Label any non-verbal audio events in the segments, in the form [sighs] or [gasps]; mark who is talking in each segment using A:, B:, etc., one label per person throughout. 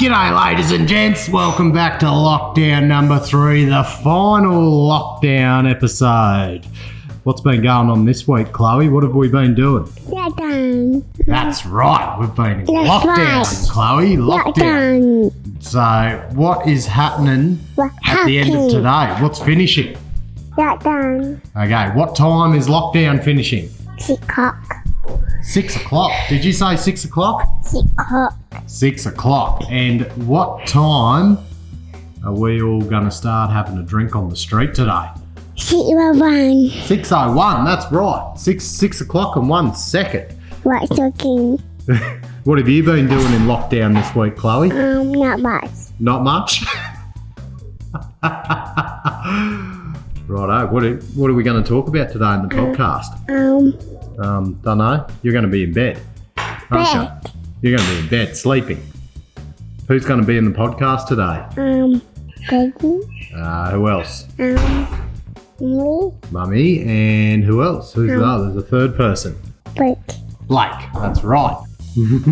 A: G'day, ladies and gents. Welcome back to lockdown number three, the final lockdown episode. What's been going on this week, Chloe? What have we been doing?
B: Lockdown.
A: That's right, we've been in
B: That's
A: lockdown,
B: right.
A: Chloe. Lockdown.
B: Lockdown.
A: So, what is happening
B: What
A: at the end of
B: happened?
A: today? What's finishing?
B: Lockdown.
A: Okay, what time is lockdown finishing?
B: Six o'clock.
A: Six o'clock. Did you say six o'clock?
B: Six o'clock.
A: Six o'clock. And what time are we all going to start having a drink on the street today?
B: Zero one.
A: 6.01, that's right. Six, six o'clock and one second.
B: What's looking?
A: What have you been doing in lockdown this week, Chloe?
B: Um, not much.
A: Not much. [laughs] Righto, what are, what are we going to talk about today in the podcast?
B: Um,
A: Um, don't know. You're going to be in bed.
B: Bed.
A: You're going to be in bed, sleeping. Who's going to be in the podcast today?
B: um, Peggy.
A: Uh, who else?
B: Um, me.
A: Mummy and who else? Who's the
B: Um.
A: other? There's a third person.
B: But
A: Blake. That's right. [laughs]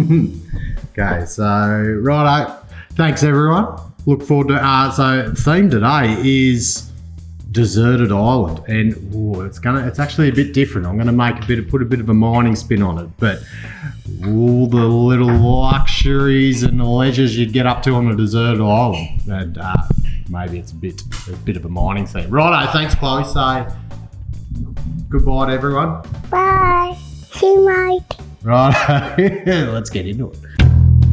A: okay, so righto. Thanks everyone. Look forward to uh so theme today is deserted island and ooh, it's gonna it's actually a bit different. I'm gonna make a bit of put a bit of a mining spin on it, but all the little luxuries and the leisures you'd get up to on a deserted island. And uh, maybe it's a bit a bit of a mining theme. Righto, thanks Chloe. So goodbye to everyone.
B: bye. See you, Mike.
A: Right, [laughs] let's get into it.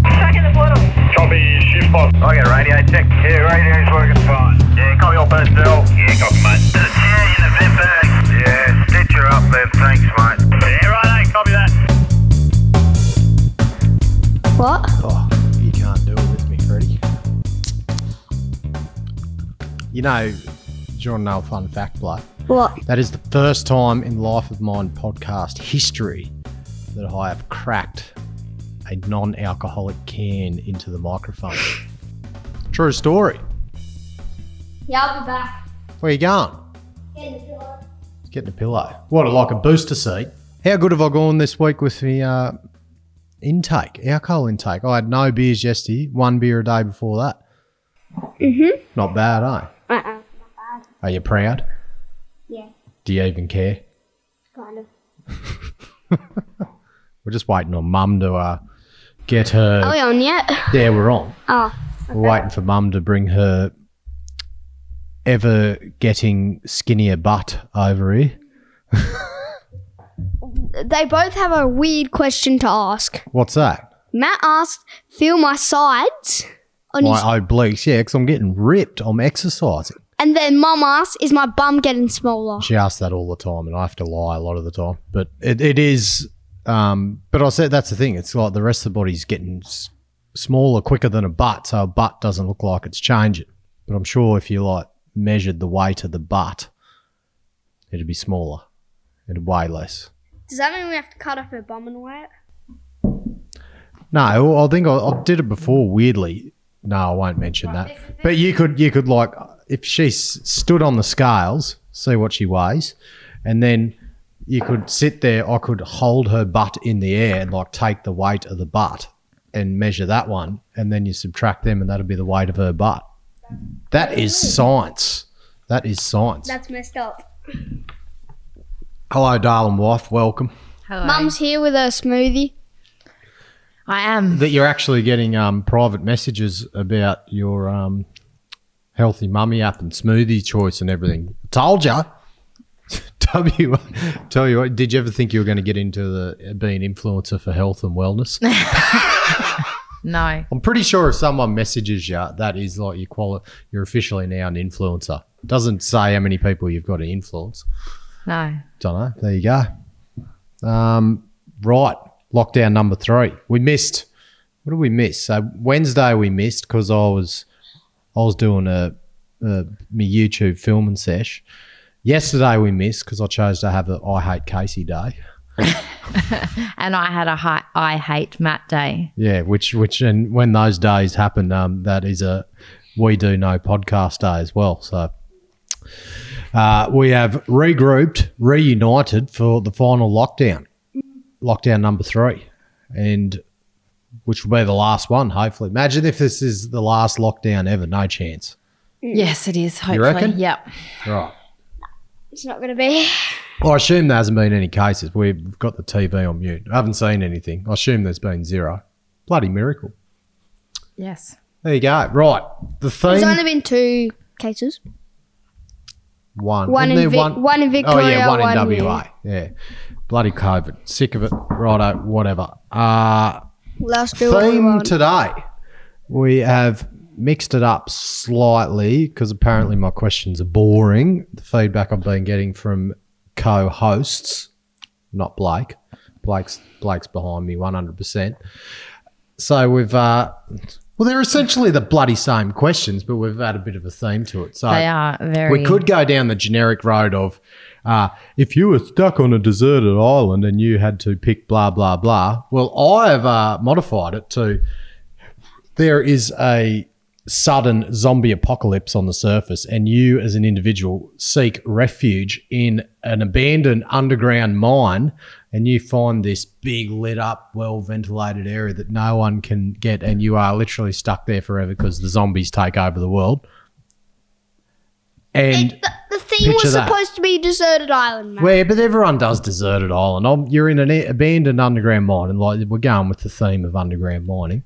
C: Second the portal.
D: Copy, shift box. I got radio check. Yeah, radio's working fine. Yeah, copy all personnel. Yeah, copy, mate. The chair in the vent bag. Yeah, stitch her up there. Thanks, mate. Yeah, right, eh? copy that.
B: What?
A: Oh, you can't do it with me, Freddie. You know, John Null fun fact, bloke.
B: What?
A: That is the first time in Life of Mine podcast history that I have cracked a non alcoholic can into the microphone. True story.
E: Yeah, I'll be back.
A: Where you going? Getting a pillow. What a like a booster seat. How good have I gone this week with the uh, intake, alcohol intake? I had no beers yesterday, one beer a day before that. Mm-hmm. Not bad, eh?
B: Uh-uh.
A: Are you proud?
B: Yeah.
A: Do you even care?
B: Kind of.
A: [laughs] We're just waiting on mum to uh, get her.
B: Oh,
E: Are we on yet?
A: Yeah, we're on.
E: Oh,
A: We're waiting for mum to bring her ever getting skinnier butt over here.
E: they both have a weird question to ask.
A: What's that?
E: Matt asked, "Feel my sides," on his,
A: My obliques, yeah, because I'm getting ripped. I'm exercising.
E: and then Mum asked, "Is my bum getting smaller?"
A: She asks that all the time, and I have to lie a lot of the time. But it, it is. Um, but I said that's the thing. It's like the rest of the body's getting s- smaller quicker than a butt, so a butt doesn't look like it's changing. But I'm sure if you like measured the weight of the butt, it'd be smaller. It'd weigh less.
E: Does that mean we have to cut off her bum and wear it?
A: No, I think I, I did it before. Weirdly, no, I won't mention that. But you could, you could like, if she s- stood on the scales, see what she weighs, and then you could sit there. I could hold her butt in the air and like take the weight of the butt and measure that one, and then you subtract them, and that'll be the weight of her butt. That is science. That is science.
E: That's messed up.
A: Hello, darling wife. Welcome.
F: Hello.
E: Mum's here with her smoothie.
F: I am.
A: that you're actually getting um, private messages about your um, healthy mummy app and smoothie choice and everything. Told [laughs] you. W, tell you what, did you ever think you were going to get into the being influencer for health and wellness?
F: No.
A: I'm pretty sure if someone messages you, that is like you quali- you're officially now an influencer. Doesn't say how many people you've got to influence.
F: No.
A: Don't know. There you go. Um, right. Lockdown number three. We missed. What did we miss? So Wednesday we missed because I was I was doing a, a my YouTube filming sesh. Yesterday we missed because I chose to have a I hate Casey day.
F: And I had a hi- I hate Matt day.
A: Yeah, which which and when those days happen, um, that is a we do no podcast day as well. So uh, we have regrouped, reunited for the final lockdown, lockdown number three, and which will be the last one, hopefully. Imagine if this is the last lockdown ever. No chance.
F: Yes, it is. Hopefully.
A: You reckon?
F: Yep.
A: Right.
E: It's not going to be.
A: Well, I assume there hasn't been any cases. We've got the TV on mute. I haven't seen anything. I assume there's been zero. Bloody miracle.
F: Yes.
A: There you go. Right. The
E: There's
A: theme
E: only been two cases.
A: one.
E: One
A: Wasn't
E: in,
A: there
E: Vic- one, in Victoria.
A: oh yeah, one, in
E: here.
A: WA. Yeah. Bloody COVID. Sick of it. Righto. Whatever. Uh,
E: Let's do what we
A: theme
E: want.
A: today. We have mixed it up slightly because apparently my questions are boring. The feedback I've been getting from co-hosts, not Blake. Blake's Blake's behind me 100%. So we've uh well they're essentially the bloody same questions, but we've had a bit of a theme to it. So
F: They are very.
A: we could go down the generic road of uh, if you were stuck on a deserted island and you had to pick blah, blah, blah. Well, I have uh, modified it to there is a sudden zombie apocalypse on the surface, and you as an individual seek refuge in an abandoned underground mine, and you find this big, lit up, well ventilated area that no one can get, and you are literally stuck there forever because the zombies take over the world. And
E: It- the, the theme
A: Picture
E: was
A: that.
E: supposed to be deserted island, mate.
A: well, yeah, but everyone does deserted island. I'm, you're in an abandoned underground mine, and like we're going with the theme of underground mining,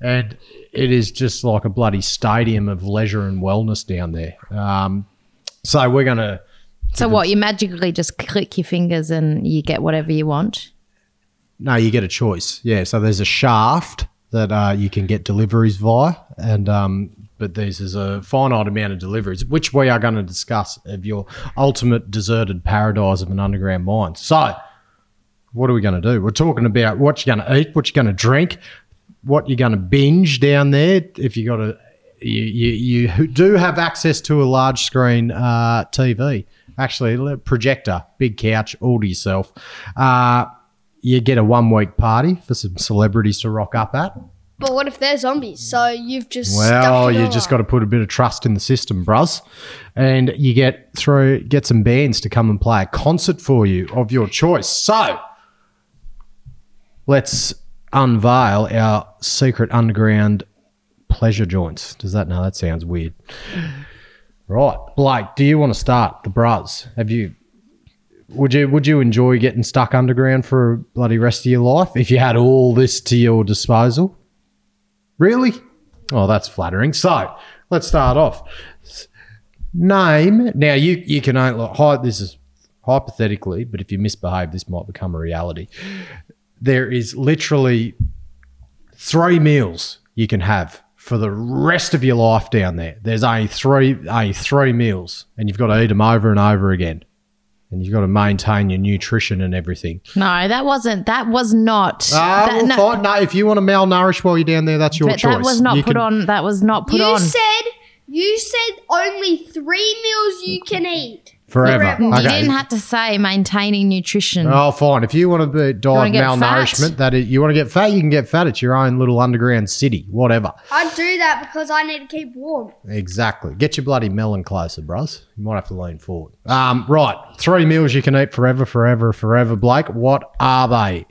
A: and it is just like a bloody stadium of leisure and wellness down there. Um, so we're gonna
F: so what? You magically just click your fingers and you get whatever you want.
A: no, you get a choice. Yeah, so there's a shaft that uh, you can get deliveries via, and um, but there's is a finite amount of deliveries, which we are going to discuss of your ultimate deserted paradise of an underground mine. So, what are we going to do? We're talking about what you're going to eat, what you're going to drink, what you're going to binge down there. If you got a, you, you you do have access to a large screen uh, TV, actually a projector, big couch, all to yourself. Uh, you get a one week party for some celebrities to rock up at.
E: But what if they're zombies? So you've just
A: Well,
E: stuffed it
A: you
E: all
A: just
E: up.
A: got to put a bit of trust in the system, bros. And you get through, get some bands to come and play a concert for you of your choice. So let's unveil our secret underground pleasure joints. Does that no? That sounds weird. Right, Blake. Do you want to start the bros? Have you? Would you would you enjoy getting stuck underground for a bloody rest of your life if you had all this to your disposal? Really? Oh, that's flattering. So let's start off. Name. Now you you can only hi, this is hypothetically, but if you misbehave, this might become a reality. There is literally three meals you can have for the rest of your life down there. There's only three only three meals, and you've got to eat them over and over again, and you've got to maintain your nutrition and everything.
F: No, that wasn't. That was not.
A: Ah,
F: that,
A: well,
F: no,
A: fine. No, if you want to malnourish while you're down there, that's your
F: but
A: choice.
F: that was not
A: You
F: put
A: can-
F: on. That was not put
E: you
F: on.
E: said you said only three meals you can eat.
A: forever.
E: forever. You
F: You didn't have to say maintaining nutrition.
A: Oh, fine. If you want to be, die
F: wanna
A: of
F: get
A: malnourishment,
F: fat?
A: that is, you want to get fat, you can get fat. It's your own little underground city, whatever.
E: I'd do that because I need to keep warm.
A: Exactly. Get your bloody melon closer, bros. You might have to lean forward. Um, right. Three meals you can eat forever, forever, forever. Blake, what are they?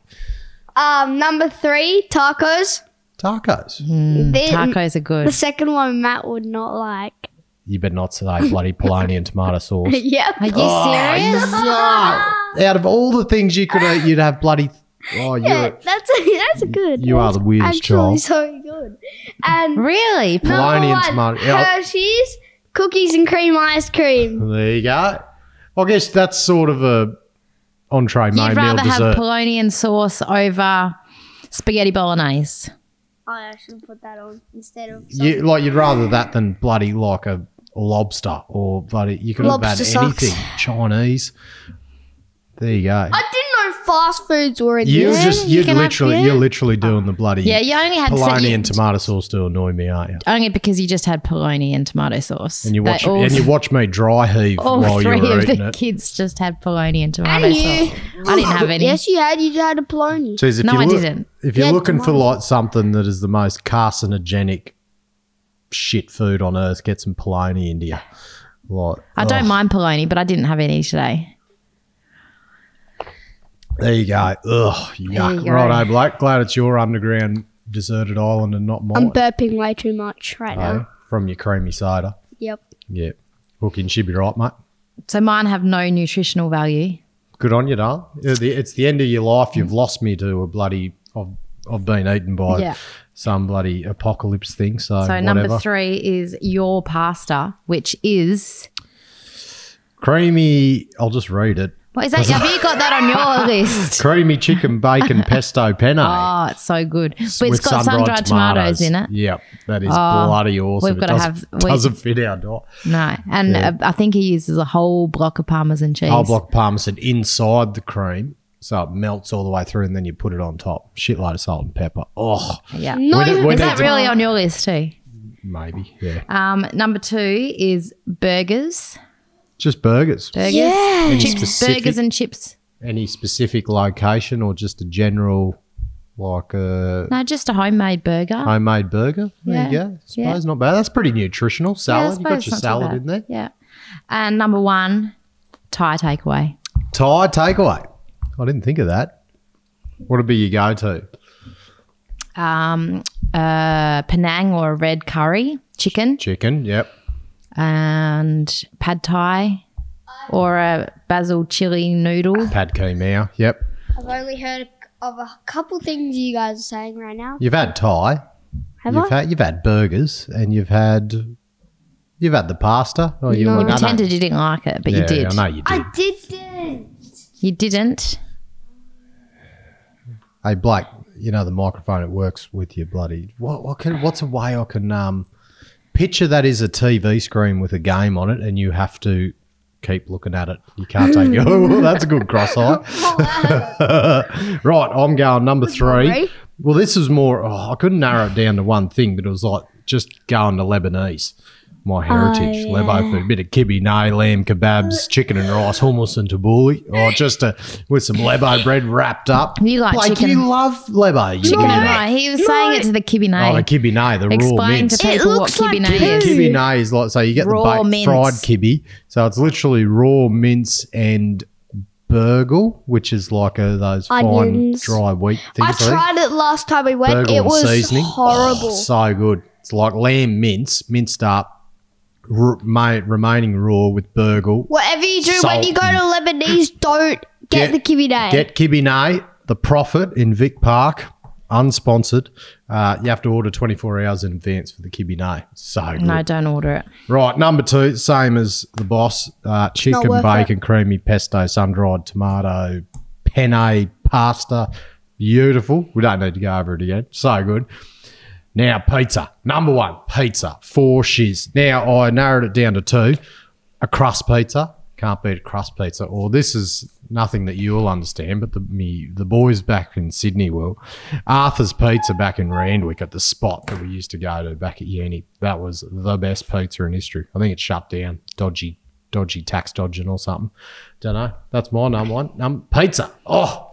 E: Um, number three, tacos.
A: Tacos.
F: Mm-hmm.
E: the,
F: Tacos are good.
E: the second one Matt would not like. [laughs]
A: You better not say bloody bologna and tomato
F: [laughs]
A: sauce.
E: yep. [laughs]
F: Are you
A: Oh,
F: serious?
A: Ah, out of all the things you could eat, you'd have bloody. Oh, you're.
E: Yeah, that's [laughs] that's good.
A: You are
E: That's
A: the weirdest
E: actually
A: child.
E: so good. And
F: Really?
A: Bologna
E: number
A: and
E: one,
A: tomato- yeah.
E: Hershey's cookies and cream ice cream.
A: There you go. I guess that's sort of a entree, main meal,
F: You'd rather
A: dessert.
F: have bologna and sauce over spaghetti bolognese.
E: I should put that on instead of
A: You like you'd rather that than bloody like a lobster or bloody you could
E: Lobster
A: have had
E: socks.
A: anything Chinese. There you go.
E: I didn't know fast foods were in
A: You
E: there.
A: just
F: Oh, you
A: you'd
F: can have-
A: literally
F: yeah.
A: you're literally doing the bloody
F: Yeah, you only had
A: bologna
F: you-
A: and tomato sauce to annoy me, aren't you?
F: only because you just had bologna and tomato sauce.
A: And you
F: They
A: watch
F: all, [laughs]
A: and you watch me dry heave
F: all
A: while you
F: three
A: were
F: of
A: eating
F: the
A: it.
F: kids just had bologna and tomato
E: And you.
F: sauce. I didn't have any.
E: Yes, you had. You had a bologna.
A: Jeez, if
F: No,
A: you
F: I
A: look-
F: didn't.
A: If you're
E: Yeah,
A: looking for
E: tomato.
A: like something that is the most carcinogenic shit food on earth, get some bologna into you. Like oh,
F: I
A: ugh.
F: don't mind bologna, but I didn't have any today.
A: There you go. Ugh, yuck.
F: you go.
A: Righto, Blake. Glad it's your underground deserted island and not mine.
B: I'm burping way too much right
A: eh?
B: now.
A: From your creamy cider.
B: Yep.
A: Yeah. Hooking should be right, mate.
F: So mine have no nutritional value.
A: Good on you, darling. Uh, the- It's the end of your life. You've lost me to a bloody. I've, I've been eaten by
F: Mm. Yeah.
A: some bloody apocalypse thing. So,
F: So
A: Oh, whatever.
F: number three is your pasta, which is
A: Creamy. I'll just read it.
F: what is that? Have you got that
A: [laughs]
F: on your list?
A: Creamy chicken
F: [laughs]
A: bacon pesto penne.
F: Oh, it's so good. But it's got sun dried tomatoes. in it.
A: Yep, that is
F: Oh,
A: bloody awesome.
F: we've
A: It
F: gotta
A: doesn't-
F: have-
A: [laughs]
F: we-
A: doesn't fit our diet.
F: No, and
A: Yeah.
F: uh, I think he uses a whole block of parmesan cheese.
A: Whole block parmesan inside the cream, so it melts all the way through, and then you put it on top. Shitload of salt and pepper. Oh,
F: Yeah.
A: When it-
E: even
A: when
F: Is
A: it-
F: that really on your list too?
A: maybe yeah.
F: Um, number two is burgers.
A: Just burgers.
F: Burgers.
A: Any
F: Chips,
A: specific,
F: burgers and chips.
A: any specific location, or just a general like uh,
F: No, just a homemade burger.
A: homemade burger? There you
F: Yeah,
A: go. I suppose
F: yeah.
A: not bad. That's pretty nutritional.
F: Yeah, I
A: Salad. you
F: suppose
A: got your
F: it's not too
A: salad
F: bad.
A: in there.
F: Yeah. And number one, Thai takeaway.
A: Thai takeaway. I didn't think of that. What would be your go-to?
F: Um, uh, Penang or a red curry, chicken,
A: Chicken. Yep.
F: and pad thai or a basil chili noodle.
A: Pad Khee Mao. Yep.
B: I've only heard of a couple things you guys are saying right now.
A: You've had Thai.
B: Have
A: you've
B: I?
A: had you've had burgers and you've had you've had the pasta. Or you,
F: You
A: I know-
F: pretended you didn't like it, but
A: Yeah,
F: you did.
A: I know you did.
B: didn't.
F: You didn't.
A: hey Blake, you know the microphone it works with your bloody what what can what's a way I can um picture that is a TV screen with a game on it and you have to keep looking at it. You can't take it. [laughs] Oh, that's a good cross eye. [laughs] right, I'm going number three. Well, this is more. Oh, I couldn't narrow it down to one thing, but it was like just going to Lebanese, my heritage,
F: Oh,
A: Lebo food, bit of kibbeh, nay, lamb
F: Uh,
A: kebabs, chicken and rice, hummus and
F: [laughs]
A: tabbouleh, or just a, with some Lebo bread wrapped up.
F: You like
A: Blake,
F: chicken.
A: you love Lebo. You
F: Chicken
A: do.
F: and rice. He was saying it to
A: Oh,
F: the
A: the
F: kibine.
A: kibbeh, nay, the raw
F: Explain
A: mince.
F: to people what kibine is.
A: Kibby nay is like so you get
F: Raw
A: the baked
F: mince.
A: fried kibby, so it's literally raw mince and burgle, which is like a, those
B: Onions.
A: fine dry wheat things.
B: I
A: think.
B: tried it last time we went.
A: burgle
B: it
A: and
B: was
A: seasoning.
B: horrible.
A: Oh, so good. It's like lamb mince, minced up, r- ma- remaining raw with burgle.
B: Whatever you do when you go
A: Salt.
B: to Lebanese, don't
A: Get-
B: get, the kiwi day.
A: Get Kibby Nay, the Prophet in Vic Park, unsponsored. Uh, you have to order 24 hours in advance for the Kibby Nay. So good.
F: No, don't order it.
A: Right, number two, same as the boss. Uh, chicken,
B: worth
A: bacon, creamy pesto, sun dried tomato, penne, pasta. Beautiful. We don't need to go over it again. So good. Now, pizza. Number one, pizza. Four shiz. Now, I narrowed it down to two. A crust pizza. Can't beat a crust pizza. Or this is nothing that you'll understand, but the me, the boys back in Sydney will. Arthur's Pizza back in Randwick at the spot that we used to go to back at uni. That was the best pizza in history. I think it shut down. Dodgy, dodgy tax dodging or something. Don't know. That's my number one. Num pizza. Oh,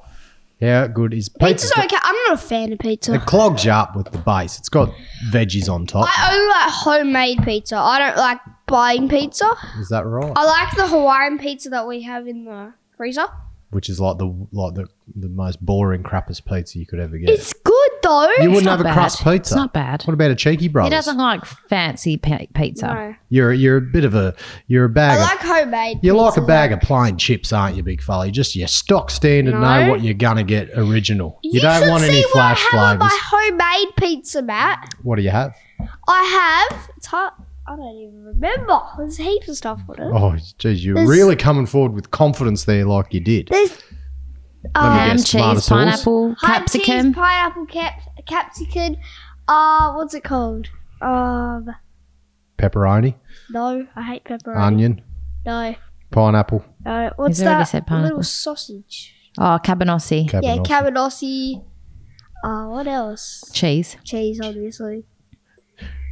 A: how good is pizza?
B: Pizza's okay. I'm not a fan of
A: It
B: pizza.
A: [laughs] clogs you up with the base. It's got veggies on top.
B: I only like homemade pizza. I don't like buying pizza.
A: Is that right?
B: I like the Hawaiian pizza that we have in the freezer.
A: Which is like the like the, the most boring crappest pizza you could ever get.
B: It's good though.
A: you wouldn't
F: not
A: have a
F: bad.
A: crust pizza.
F: It's not bad.
A: What about a cheeky
F: He
A: brother?
F: doesn't like fancy pe- pizza.
B: No.
A: You're you're a bit of a you're a bag.
B: I
A: of-
B: like homemade.
A: you're like a
B: pizza,
A: bag
B: though.
A: of plain chips, aren't you, big fella? You just your stock standard know
B: No.
A: what you're gonna get original. You, don't
B: should
A: want any
B: see what I
A: flash
B: have on
A: flavors.
B: My homemade pizza, Matt.
A: What do you have?
B: I have. It's hard. I don't even remember. There's heaps of stuff on it.
A: Oh, geez, you're
B: There's-
A: really coming forward with confidence there, like you did.
B: There's
A: Let me
F: Ham,
A: guess, tomato
F: cheese,
A: sauce?
F: pineapple,
B: Ham, Um, cheese,
F: capsicum.
B: pineapple, cap- capsicum. Uh, what's it called? Um,
A: Pepperoni,
B: no, I hate pepperoni.
A: onion,
B: No,
A: pineapple,
B: no. What's
F: already
B: that?
F: said
B: little
F: pineapple.
B: sausage.
F: Oh, cabanossi.
B: Yeah,
A: cabernet.
B: cabanossi. Uh, what else?
F: Cheese.
B: Cheese, obviously.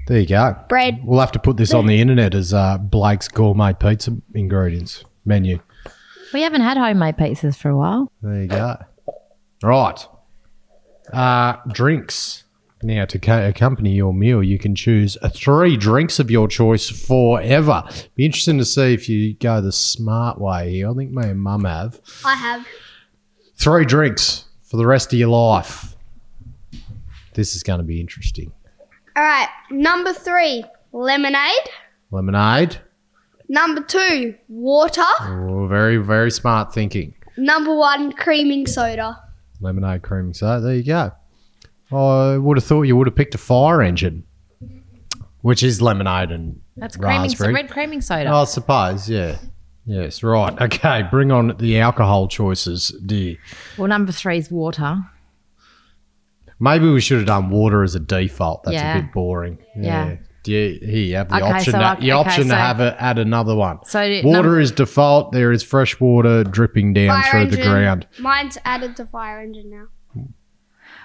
A: there you go.
B: Bread.
A: We'll have to put this on the internet as uh, Blake's gourmet pizza ingredients menu.
F: We haven't had homemade pizzas for a while.
A: There you go. Right. Uh, drinks. Now, to ca- accompany your meal, you can choose uh, three drinks of your choice forever. Be interesting to see if you go the smart way here. I think me and mum have.
B: I have.
A: Three drinks for the rest of your life. This is going to be interesting.
E: All right. Number three, lemonade.
A: Lemonade.
E: Number two, water.
A: Oh, very, very smart thinking.
E: Number one, creaming soda.
A: Lemonade creaming soda. There you go. I would have thought you would have picked a fire engine, which is lemonade and
F: That's creaming, so-
A: raspberry. Oh.
F: red creaming soda.
A: I suppose, yeah. Yes, right. Okay, bring on the alcohol choices, dear.
F: Well, number three is water.
A: Maybe we should have done water as a default. That's
F: Yeah.
A: a bit boring.
F: Yeah.
A: Do you, here you have the
F: Okay,
A: option.
F: so
A: to,
F: I-
A: the
F: okay,
A: option to
F: so-
A: have a, add another one.
F: So
A: Water
F: num-
A: is default. There is fresh water dripping down
E: Fire
A: through the
E: engine.
A: ground.
E: Mine's added to fire engine now.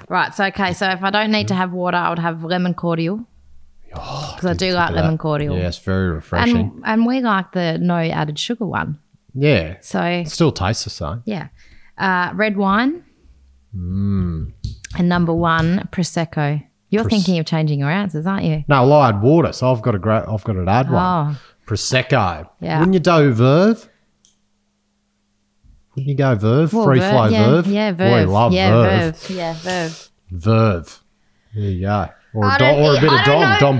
F: right. So okay. So if I don't need to have water, I would have lemon cordial [sighs] because I do like
A: that.
F: lemon cordial. Um,
A: Yes, very refreshing.
F: And, and we like the no added sugar one.
A: yeah,
F: So
A: still tastes the same.
F: yeah, uh, red wine.
A: Hmm.
F: And number one, prosecco. You're thinking of changing your answers, aren't you?
A: No, well, I had water, so I've got a great. I've got an add one.
F: Oh,
A: Prosecco.
F: Yeah.
A: Wouldn't you do Verve? Wouldn't you go Verve?
F: well,
A: Free
F: Verve,
A: flow
F: yeah,
A: Verve?
F: Yeah,
A: Boy,
F: Verve.
A: love
F: yeah,
A: Verve.
F: Verve. Yeah, Verve.
A: Verve. There you go. Or, a,
E: I
A: Dom,
E: don't
A: or a
E: eat-
A: bit
E: I
A: of
E: don't
A: Dom,
E: know-
A: Dom
E: I don't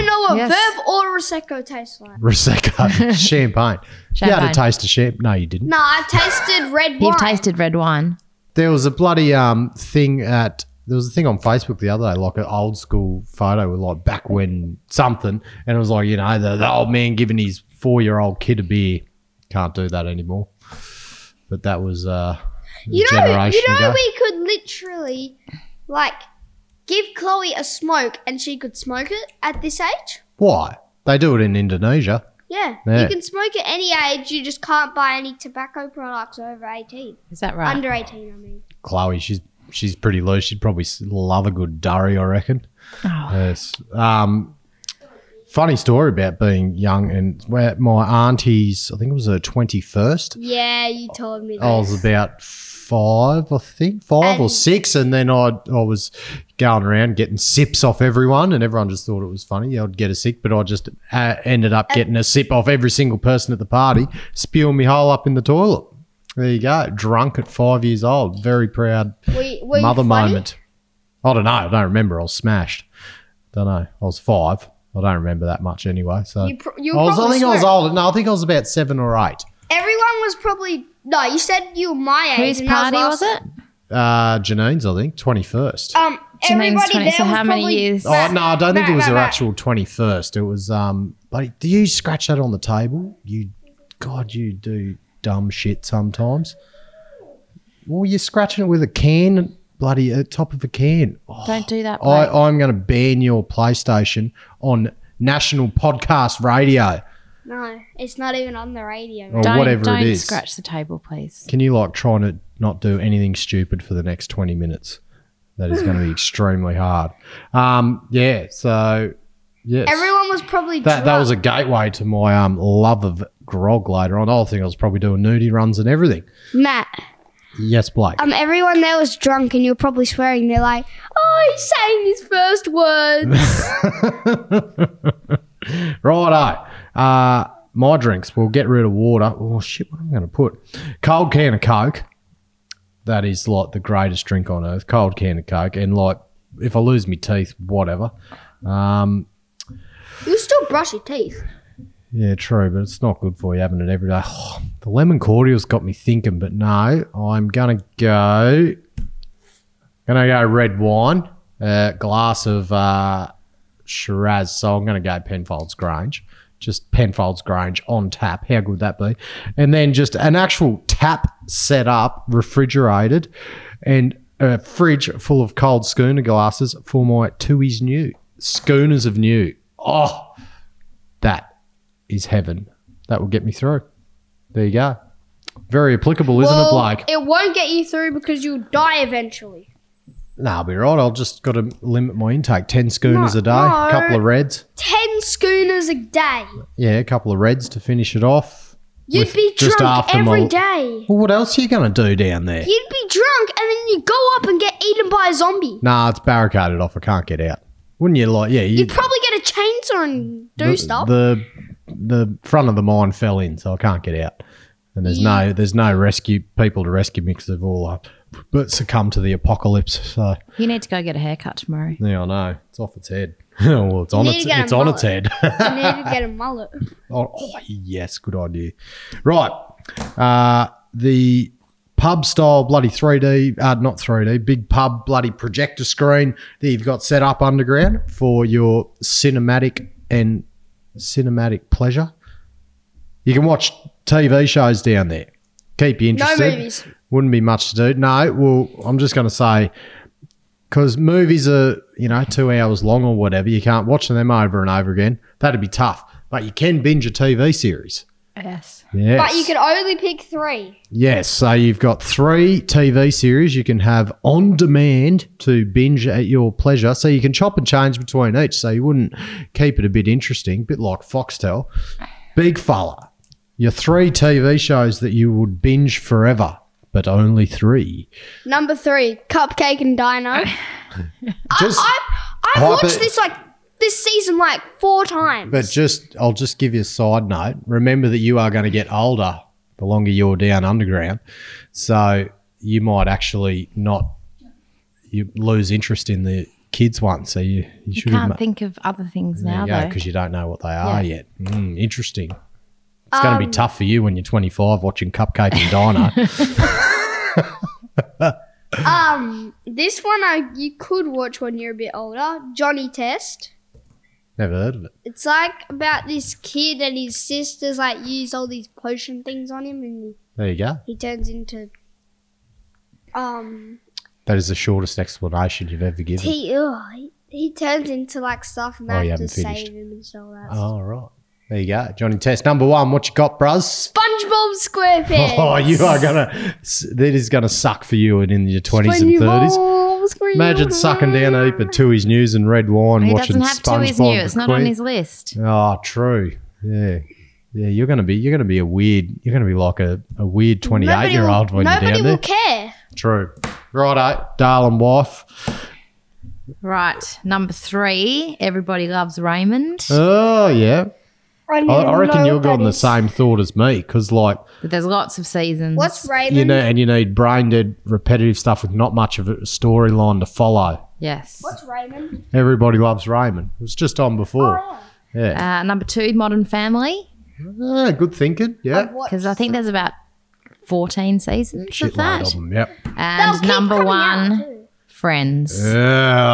A: Perignon.
E: know what
F: Yes.
E: Verve or Prosecco tastes like. [laughs]
A: Prosecco. champagne. You had
F: Champagne.
A: a taste of champagne. No, you didn't.
E: No, I tasted red wine.
F: You've tasted red wine.
A: There was a bloody um thing at there was a thing on Facebook the other day, like an old school photo with like back when something, and it was like you know the, the old man giving his four year old kid a beer. Can't do that anymore. But that was uh, a
E: You know,
A: generation
E: you know,
A: ago.
E: we could literally, like, give Chloe a smoke and she could smoke it at this age.
A: Why they do it in Indonesia?
E: Yeah,
A: Yeah.
E: you can smoke at any age. You just can't buy any tobacco products over eighteen,
F: Is that
A: Ah.
F: right?
E: under eighteen. I mean,
A: Chloe, she's she's pretty loose. She'd probably s- love a good durry, I reckon.
F: Oh.
A: Yes. Um, funny story about being young and where my auntie's, I think it was her twenty first.
E: yeah, you told me. That.
A: I was about five, I think, five or
E: And-
A: six, and then I I was going around getting sips off everyone, and everyone just thought it was funny. Yeah, I'd get a sip, but I just uh, ended up getting a sip off every single person at the party, spewing me whole up in the toilet. There you go, drunk at five years old, very proud
E: Were- were you
A: mother
E: funny?
A: moment. I don't know. I don't remember. I was smashed. Don't know. I was five. I don't remember that much anyway. So
E: You pr- you
A: I, was, I
E: probably
A: think I was
E: smoked.
A: older. No, I think I was about seven or eight.
E: Everyone was probably no. You said you were my age.
F: Whose
E: and I
F: party was
E: last-
F: it?
A: Uh, Janine's, I think, twenty first.
E: Um,
F: Janine's
E: everybody
F: 20,
E: there
F: so
E: was
F: how many
E: probably-
F: years?
A: Oh no, I don't think it
E: Matt,
A: was
E: Matt,
A: her
E: Matt.
A: actual twenty first. It was um. Buddy, do you scratch that on the table? You, God, you do dumb shit sometimes. Well, you're scratching it with a can, bloody uh, top of a can. Oh,
F: [laughs] Don't do that.
A: I,
F: bloke.
A: I'm going to ban your PlayStation on national podcast radio
E: No, it's not even on the radio.
A: or
F: don't,
A: whatever
F: don't
A: it is.
F: scratch the table, please.
A: Can you like try to not do anything stupid for the next 20 minutes? That is
E: [sighs]
A: going to be extremely hard. Um, yeah, so yes.
E: Everyone was probably
A: that, that
E: drunk.
A: was a gateway to my um, love of grog later on. I think I was probably doing nudie runs and everything.
E: Matt.
A: Yes, Blake.
E: Um, everyone there was drunk, and you were probably swearing. They're like, "Oh, he's saying his first
A: [laughs]
E: words."
A: Righto. Uh, my drinks. We'll get rid of water. Oh shit! What am I going to put? Cold can of Coke. That is like the greatest drink on earth. Cold can of Coke, and like if I lose my teeth, whatever. Um,
E: you still brush your teeth.
A: yeah, true, but it's not good for you having it every day. [sighs] the lemon cordial's got me thinking, but no, I'm gonna go. Gonna go red wine, a glass of uh, Shiraz. So I'm gonna go Penfolds Grange, just Penfolds Grange on tap. How good would that be? And then just an actual tap set up, refrigerated, and a fridge full of cold schooner glasses for my Tui's new schooners of new. Oh, that is heaven. That will get me through. There you go. Very applicable, isn't it, Blake?
E: it won't get you through because you'll die eventually.
A: No, I'll be right. I'll just got to limit my intake. Ten schooners a day, a
E: no.
A: couple of reds.
E: Ten schooners a day.
A: Yeah, a couple of reds to finish it off.
E: You'd
A: With-
E: be
A: just
E: drunk
A: after
E: every
A: malt.
E: day.
A: Well, what else are you going to do down there?
E: You'd be drunk, and then you go up and get eaten by a zombie.
A: Nah, it's barricaded off. I can't get out. Wouldn't you like? Yeah, you,
E: You'd probably get a chainsaw and do
A: the,
E: stuff.
A: The the front of the mine fell in, so I can't get out. and there's no there's no rescue people to rescue me because they've all uh, but succumbed to the apocalypse. So
F: You need to go get a haircut tomorrow.
A: yeah, I know it's off its head. [laughs] well, it's on
E: need
A: its
E: to get a
A: it's on its head. [laughs]
E: I need to get a mullet.
A: Oh, oh, yes, good idea. Right. Uh, the pub style bloody 3D, uh, not 3D, big pub bloody projector screen that you've got set up underground for your cinematic and cinematic pleasure. You can watch TV shows down there. Keep you
E: No
A: interested.
E: movies.
A: Wouldn't be much to do. No, well, I'm just going to say because movies are you know two hours long or whatever you can't watch them over and over again that'd be tough but you can binge a tv series
F: Yes.
A: yes
E: But you can only pick three.
A: yes so you've got three tv series you can have on demand to binge at your pleasure so you can chop and change between each so you wouldn't keep it a bit interesting bit like foxtel big fella your three tv shows that you would binge forever but only three
E: Number three, Cupcake and Dino.
A: just
E: I
A: Hyper-
E: watched this like this season like four times.
A: But just, I'll just give you a side note. Remember that you are going to get older the longer you're down underground. So you might actually not you lose interest in the kids one. So you, you, should
F: Can't
A: have
F: think of other things
A: there
F: now
A: you go
F: though.
A: because you don't know what they are yet. Mm, interesting. It's going to
F: Um,
A: be tough for you when you're 25 watching Cupcake and
F: [laughs]
A: Diner.
E: um, this one I you could watch when you're a bit older. Johnny Test.
A: Never heard of it.
E: It's like about this kid and his sisters like use all these potion things on him and
A: There you go.
E: he, he turns into um
A: That is the shortest explanation you've ever given.
E: he, ugh, he he turns into like stuff and
A: Oh,
E: they
A: you
E: have to
A: haven't
E: save
A: finished. Oh.
E: him and all that.
A: All right. There you go. Johnny Test. Number one, what you got, bruz?
E: SpongeBob SquarePants.
A: [laughs] Oh, you are gonna. That is gonna suck for you and in your twenties and thirties.
E: SpongeBob
A: Imagine sucking down a heap of Tui's news and red wine,
F: He
A: watching
F: doesn't have
A: SpongeBob.
F: two is new. It's not on
A: Queen.
F: his list.
A: Oh, true. Yeah, yeah. You're gonna be. You're gonna be a weird. You're gonna be like a, a weird twenty eight
E: Nobody
A: year old
E: will,
A: when you're
E: nobody
A: down
E: will
A: there.
E: care.
A: True. Righto, darling wife.
F: Right. Number three, everybody loves Raymond.
A: Oh yeah.
E: I,
A: I, I reckon you're on the same thought as me because like
F: But there's lots of seasons.
E: What's Raymond?
A: you know, and you need brain dead repetitive stuff with not much of a storyline to follow.
F: yes.
E: What's Raymond?
A: Everybody loves Raymond. It was just on before. yeah.
F: Uh, number two, Modern Family.
A: Yeah, good thinking. Yeah.
E: What?
F: Because I think there's about 14 seasons of
A: Shitload
F: that.
A: of them. Yep.
F: And number one, Friends.
A: Yeah,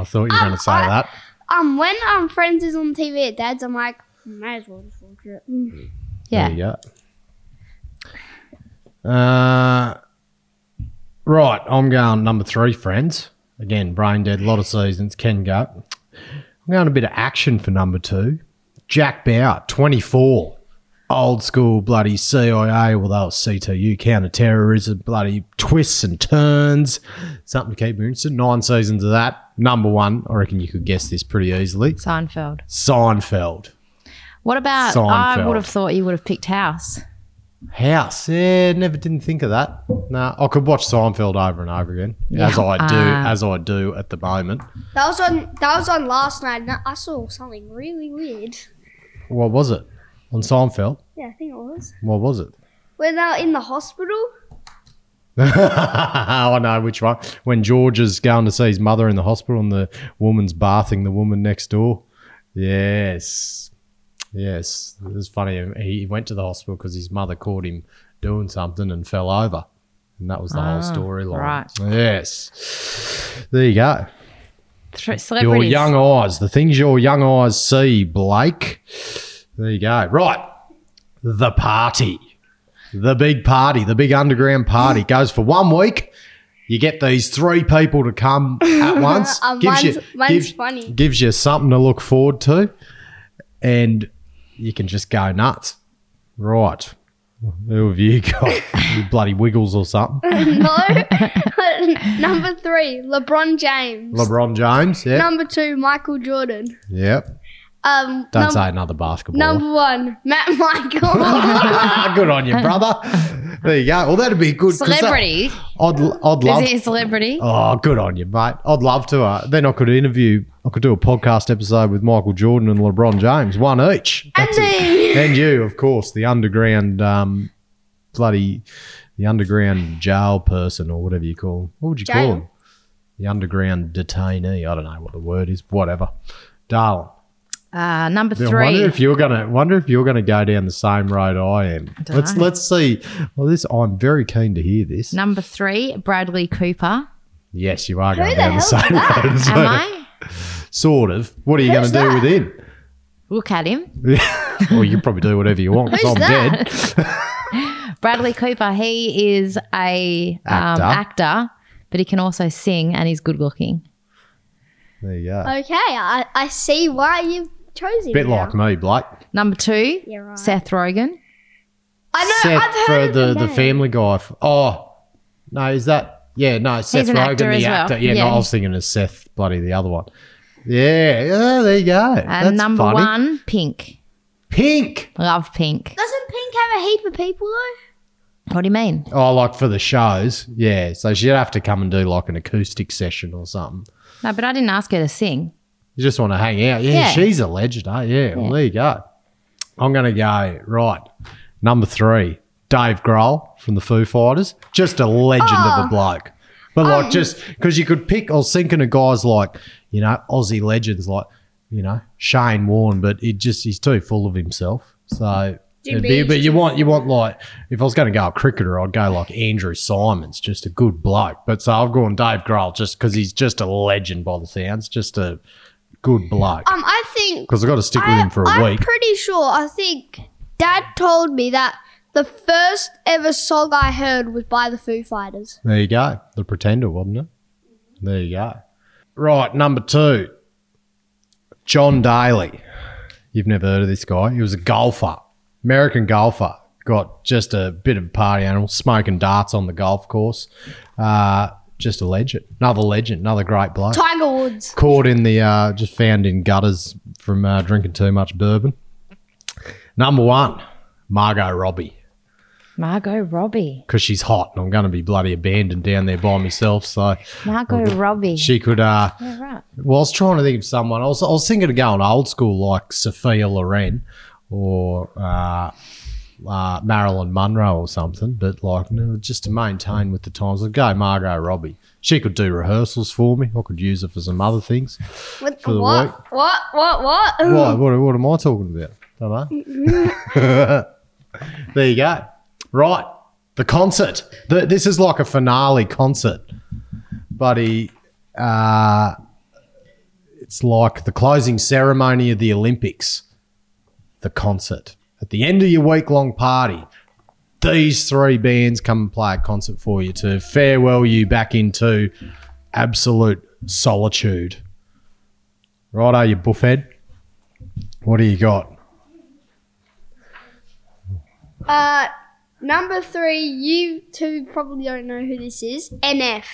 A: I thought you were going to say
E: I-
A: that.
E: Um, when um Friends is on TV at Dad's, I'm like, might as well just watch it.
A: Yeah.
F: yeah.
A: There you go. Uh, right, I'm going number three, friends. Again, brain dead, a lot of seasons, can go. I'm going a bit of action for number two. Jack Bout, 24. Old school bloody CIA, well, that was CTU, counterterrorism, bloody twists and turns. Something to keep you interested. Nine seasons of that. Number one, I reckon you could guess this pretty easily.
F: Seinfeld.
A: Seinfeld.
F: What about? I
A: Seinfeld.
F: would have thought you would have picked House.
A: House. Yeah, never didn't think of that. No, I could watch Seinfeld over and over again, as I do,
F: Ah.
A: as I do at the moment.
E: That was on. That was on last night. And I saw something really weird.
A: What was it on Seinfeld?
E: Yeah, I think it was
A: What was it? [laughs]
E: when they were in the hospital. [laughs]
A: I know which one. When George is going to see his mother in the hospital, and the woman's bathing the woman next door. Yes, yes, it was funny. He went to the hospital because his mother caught him doing something and fell over, and that was the whole storyline.
F: Ah, right.
A: Yes, there you go.
F: Th-
A: Your
F: celebrities.
A: young eyes, the things your young eyes see, Blake. There you go. Right. The party. The big party, the big underground
E: [gasps]
A: party goes for one week. You get these three people to come
E: [laughs]
A: at once.
E: Um, mine's- mine's
A: gives,
E: funny.
A: gives you something to look forward to, and you can just go nuts. Right. Who have you
E: [laughs]
A: got? you bloody wiggles or something.
E: no. [laughs] Number three, LeBron James.
A: LeBron James. Yeah.
E: Number two, Michael Jordan.
A: Yep.
E: Um,
A: Don't
E: num-
A: say another basketball.
E: number one, Matt [laughs]
A: [laughs]
E: Michael.
A: good on you, brother. There you go. Well, that'd be good. 'cause that-
F: Celebrity.
A: I'd, I'd
F: Is
A: love.
F: it a celebrity?
A: Oh, good on you, mate. I'd love to. Uh, then I could interview. I could do a podcast episode with Michael Jordan and LeBron James, one each. That's it.
E: and
A: And you, of course, the underground um, bloody the underground jail person or whatever you call 'em. What would you call 'em?
E: Jail.
A: call him? The underground detainee. I don't know what the word is. Whatever. Darling,
F: Uh, number
A: I wonder
F: three.
A: if you're gonna wonder if you're gonna go down the same road I am.
F: don't
A: Let's
F: know.
A: let's see. Well, this I'm very keen to hear this.
F: Number three,
A: [laughs]
F: Bradley Cooper.
A: Yes, you are going
E: the
A: down the
E: hell's
A: same road. as
F: Am
A: me.
F: I?
A: Sort of. What are you going to do with him?
F: Look at him.
A: well, you probably do whatever you want because I'm dead.
F: [laughs] Bradley Cooper. He is a um,
A: Actor.
F: actor, but he can also sing and he's good looking.
A: There you go.
F: Oh,
E: Okay, I, I see why you've chosen.
A: Bit
E: now.
A: like me, Blake.
F: Number two,
E: Yeah, right.
F: Seth Rogen.
E: I know.
A: Seth
E: I've
A: for
E: heard of
A: the,
E: the
A: the
E: name.
A: Family Guy. f- Oh, no, is that? Yeah, no, Seth
F: an
A: Rogen,
F: actor
A: the
F: as well.
A: actor. Yeah, no,
F: Yeah.
A: I was thinking of Seth, bloody the other one. Yeah, yeah, there you go.
F: And
A: That's
F: number
A: funny.
F: one, Pink.
A: Pink.
F: Love Pink.
E: Doesn't Pink have a heap of people though?
F: What do you mean?
A: Oh, like for the shows. Yeah, so she'd have to come and do like an acoustic session or something.
F: No, but I didn't ask her to sing.
A: You just want to hang out. Yeah,
F: Yeah.
A: she's a legend. eh? Yeah, well, there you go. I'm going to go, right, number three, Dave Grohl from the Foo Fighters. Just a legend of a bloke. But like, just because you could pick, I was thinking of guys like, you know, Aussie legends like, you know, Shane Warne, but it just, he's too full of himself. So. It'd be, but you want you want like if I was going to go a cricketer, I'd go like Andrew Simons, just a good bloke. But so I've gone Dave Grohl just because he's just a legend by the sounds, just a good bloke.
E: Um, I think
A: Because I've got to stick with him for a
E: I,
A: week.
E: I'm pretty sure. I think Dad told me that the first ever song I heard was by the Foo Fighters.
A: There you go. The Pretender, wasn't it? There you go. Right, number two. John Daly. You've never heard of this guy. He was a golfer, American golfer. Got just a bit of a party animal, smoking darts on the golf course. Uh, just a legend. Another legend. Another great bloke.
E: Tiger Woods.
A: Caught in the, uh, just found in gutters from uh, drinking too much bourbon. Number one, Margot Robbie
F: Margot Robbie.
A: because she's hot and I'm going to be bloody abandoned down there by myself. So
F: Margot Robbie.
A: she could, uh,
F: yeah, right.
A: well, I was trying to think of someone. I was, I was thinking of going old school like Sophia Loren or uh, uh, Marilyn Monroe or something, but like no, just to maintain with the times, I'd go Margot Robbie. She could do rehearsals for me. I could use her for some other things.
E: What?
A: For the
E: What? What? What? What?
A: Why? What, what am I talking about? Don't know. [laughs] there you go. Right. The concert. The, this is like a finale concert. Buddy, uh, it's like the closing ceremony of the Olympics. The concert. At the end of your week long party, these three bands come and play a concert for you to farewell you back into absolute solitude. Right, are you buffhead? What do you got?
E: Uh, number three. You two probably don't know who this is. NF.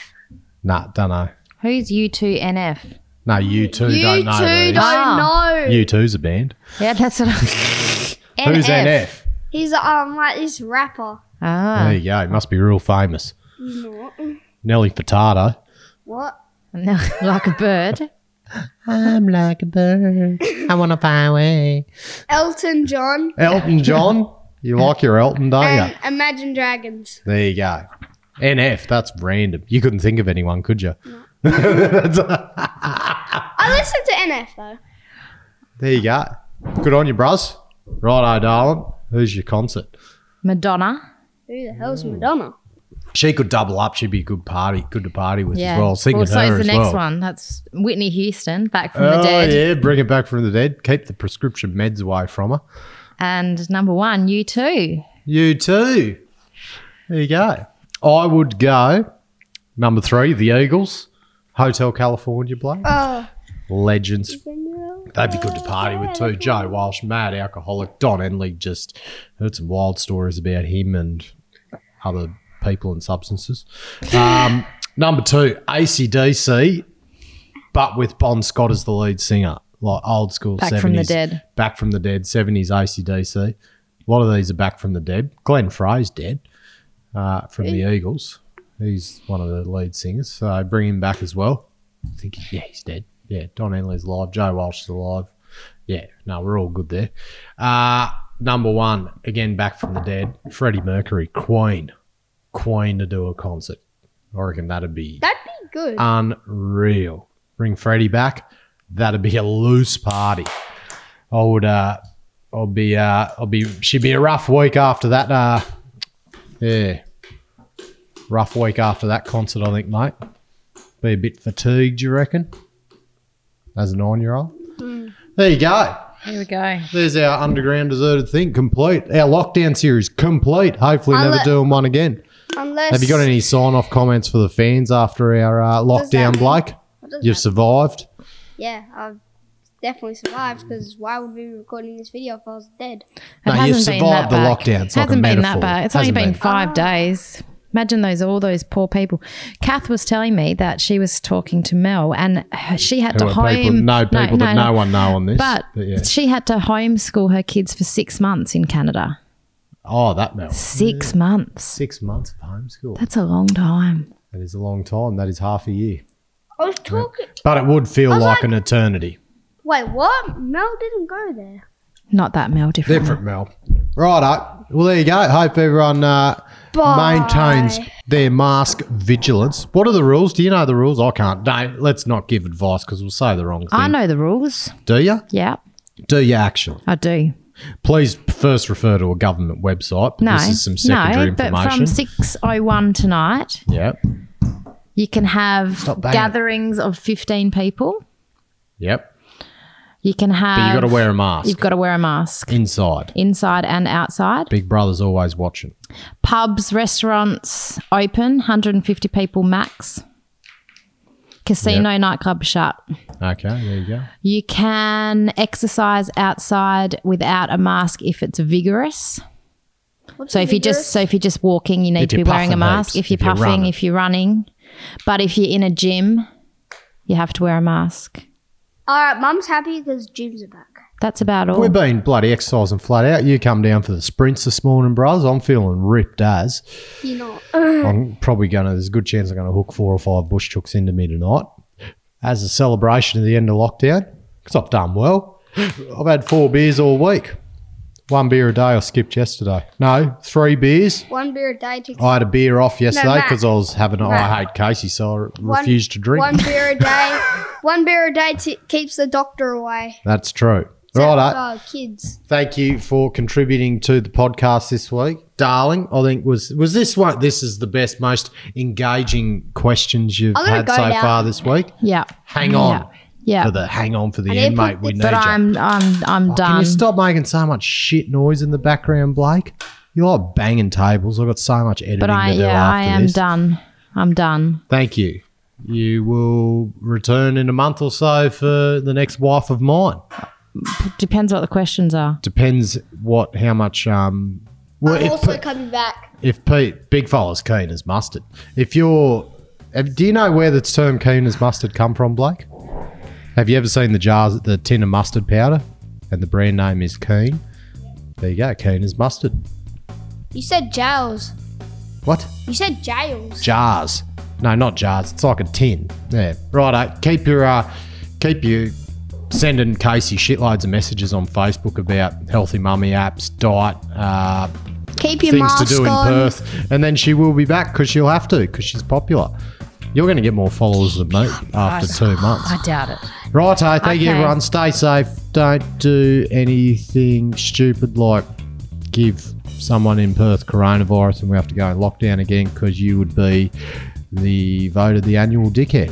A: Nah, don't know.
F: Who's U2 NF?
A: No, you 2
E: you
A: don't know.
E: two
A: these.
E: don't
F: Ah.
E: know.
A: You two's a band.
F: Yeah, that's what I
A: [laughs] Who's NF?
E: He's um like this rapper.
A: There
F: Ah,
A: you go. He must be real famous.
E: Not.
A: Nelly Furtado.
E: What?
F: no, [laughs] like a bird.
A: I'm like a bird. I want to fly away.
E: Elton John
A: Elton John. You like your Elton, don't
E: [laughs] and
A: you?
E: Imagine Dragons.
A: There you go. NF. That's random. You couldn't think of anyone, could you? [laughs] there
E: I listen to NF though.
A: you go. Good on you, bros. Righto, darling. Who's your concert?
F: Madonna.
E: Who the hell's
A: Mm.
E: Madonna?
A: She could double up. She'd be a good party, good to party with
F: Yeah.
A: as well. I was thinking
F: well, so
A: her
F: is the
A: as
F: next
A: well.
F: one. That's Whitney Houston, Back from
A: Oh
F: the Dead.
A: yeah, bring it back from the dead. Keep the prescription meds away from her.
F: And number one, U2.
A: You too. There you go. I would go number three, the Eagles, Hotel California, Blake.
E: Oh.
A: Legends. They'd be good to party with too. Joe Walsh, mad alcoholic. Don Enley just heard some wild stories about him and other people and substances. Um, number two, ACDC, but with Bon Scott as the lead singer. Like old school
F: Back
A: 70s.
F: from the Dead.
A: Back from the Dead, 70s ACDC. A lot of these are back from the dead. Glenn Frey's dead uh, from the Eagles. He's one of the lead singers, so bring him back as well. I think, yeah, he's dead. Yeah, Don Henley's alive. Joe Walsh is alive. Yeah, no, we're all good there. Uh, number one, again, back from the dead, Freddie Mercury, Queen. Queen to do a concert. I reckon that'd be
E: That'd be good.
A: uh, unreal. Bring Freddie back. That'd be a loose party. I would. Uh, I'll be. Uh, I'll be. She'd be a rough week after that. Uh, yeah, rough week after that concert. I think, mate. Be a bit fatigued. You reckon? As a nine-year-old. There you go.
F: Here we go.
A: There's our underground deserted thing complete. Our lockdown series complete. Hopefully,
E: I'll
A: never
E: let-
A: doing one again.
E: Unless
A: Have you got any sign-off comments for the fans after our uh,
E: does that
A: lockdown,
E: mean?
A: Blake?
E: What does
A: You've
E: that-
A: survived.
E: yeah, I've definitely survived because why would we be recording this video if I was dead?
F: It
A: No, you've
F: hasn't been
A: survived
F: that
A: the
F: bad.
A: lockdown. It's like a
F: hasn't been
A: metaphor.
F: that bad. It's
A: Hasn't
F: only been,
A: been.
F: five days. Imagine those all those poor people. Kath was telling me that she was talking to Mel, and her- she had
A: Who
F: to
A: are
F: home.
A: people, no people that no, one know on this.
F: But,
A: yeah.
F: she had to homeschool her kids for six months in Canada.
A: oh, that now
F: Six months.
A: six months of homeschool.
F: That's a long time.
A: That is a long time. That is half a year.
E: I was talking.
A: But it would feel like,
E: was
A: an eternity.
E: Wait, what? Mel didn't go there.
F: Not that Mel different.
A: Mel. Right. uh, Well, there you go. Hope everyone uh, maintains their mask vigilance. What are the rules? Do you know the rules? I can't. No, let's not give advice because we'll say the wrong thing.
F: I know the rules.
A: Do you?
F: Yeah,
A: Do you actually?
F: I do.
A: Please first refer to a government website. But
F: No,
A: This is some secondary
F: no, but
A: information.
F: from six oh one tonight,
A: yeah.
F: you can have
A: Stop banging.
F: gatherings of fifteen people.
A: Yep.
F: You can have.
A: But you got to wear a mask.
F: You've got to wear a mask
A: inside.
F: inside and outside.
A: Big Brother's always watching.
F: Pubs, restaurants open, 150 people max. Casino, nightclub shut.
A: Okay, there you go.
F: You can exercise outside without a mask if it's vigorous. so if you're just so if you're just walking, you need
A: If
F: to be
A: you're
F: wearing a
A: puffing
F: mask.
A: heaps,
F: If you're
A: if you're
F: puffing,
A: running.
F: if you're running, but if you're in a gym, you have to wear a mask.
E: All right, Mum's happy because gyms are back.
F: That's about all.
A: We've been bloody exercising flat out. You come down for the sprints this morning, bros. I'm feeling ripped as.
E: You're not.
A: [laughs] I'm probably gonna. There's a good chance I'm gonna hook four or five bush chooks into me tonight as a celebration of the end of lockdown. Because I've done well. I've had four beers all week. One beer a day. I skipped yesterday. No, three beers.
E: One beer a day to
A: I had a beer off yesterday
E: Matt.
A: because I was having. I hate Casey, so I refused to drink.
E: one beer a
A: [laughs]
E: day. one beer a day t- keeps the doctor away.
A: That's true.
E: Except
A: Righto.
E: for kids.
A: Thank you for contributing to the podcast this week, darling. I think was was this one. This is the best, most engaging questions you've
E: I'm gonna
A: had
E: go
A: so
E: now.
A: far this week.
F: yeah,
A: Hang on
F: yeah.
A: for the hang on for the
E: I need
A: end,
E: to
A: mate.
E: put
A: We
E: this-
A: need
F: but
A: you.
F: I'm I'm I'm
A: Can
F: done.
A: you stop making so much shit noise in the background, Blake? You like banging tables. I've got so much editing
F: But I
A: to do
F: yeah I
A: after
F: am
A: this.
F: done. I'm done.
A: Thank you. You will return in a month or so for the next wife of mine.
F: Depends what the questions are.
A: Depends what, how much. Um, well,
E: I'm
A: if-
E: also coming back.
A: if Pete Big Fella's keen as mustard. If you're, have- do you know where the term keen as mustard come from, Blake? Have you ever seen the jars, the tin of mustard powder, and the brand name is Keen? There you go, Keen as mustard.
E: You said jails.
A: What
E: You said jails.
A: jars? No, not jars. It's like a tin. Yeah, righto. Keep your, uh, keep you sending Casey shitloads of messages on Facebook about healthy mummy apps, diet, uh,
E: Keep your
A: things to
E: mask
A: do
E: on.
A: in Perth, and then she will be back because she'll have to because she's popular. You're going to get more followers than me
E: Oh,
A: after two months.
F: I doubt it.
A: Righto, thank you
F: Okay.
A: everyone. Stay safe. Don't do anything stupid like give someone in Perth coronavirus and we have to go in lockdown again because you would be the voted the annual dickhead.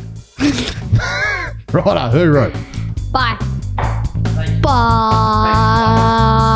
A: [laughs] Righto, hooroo.
E: Bye. Bye.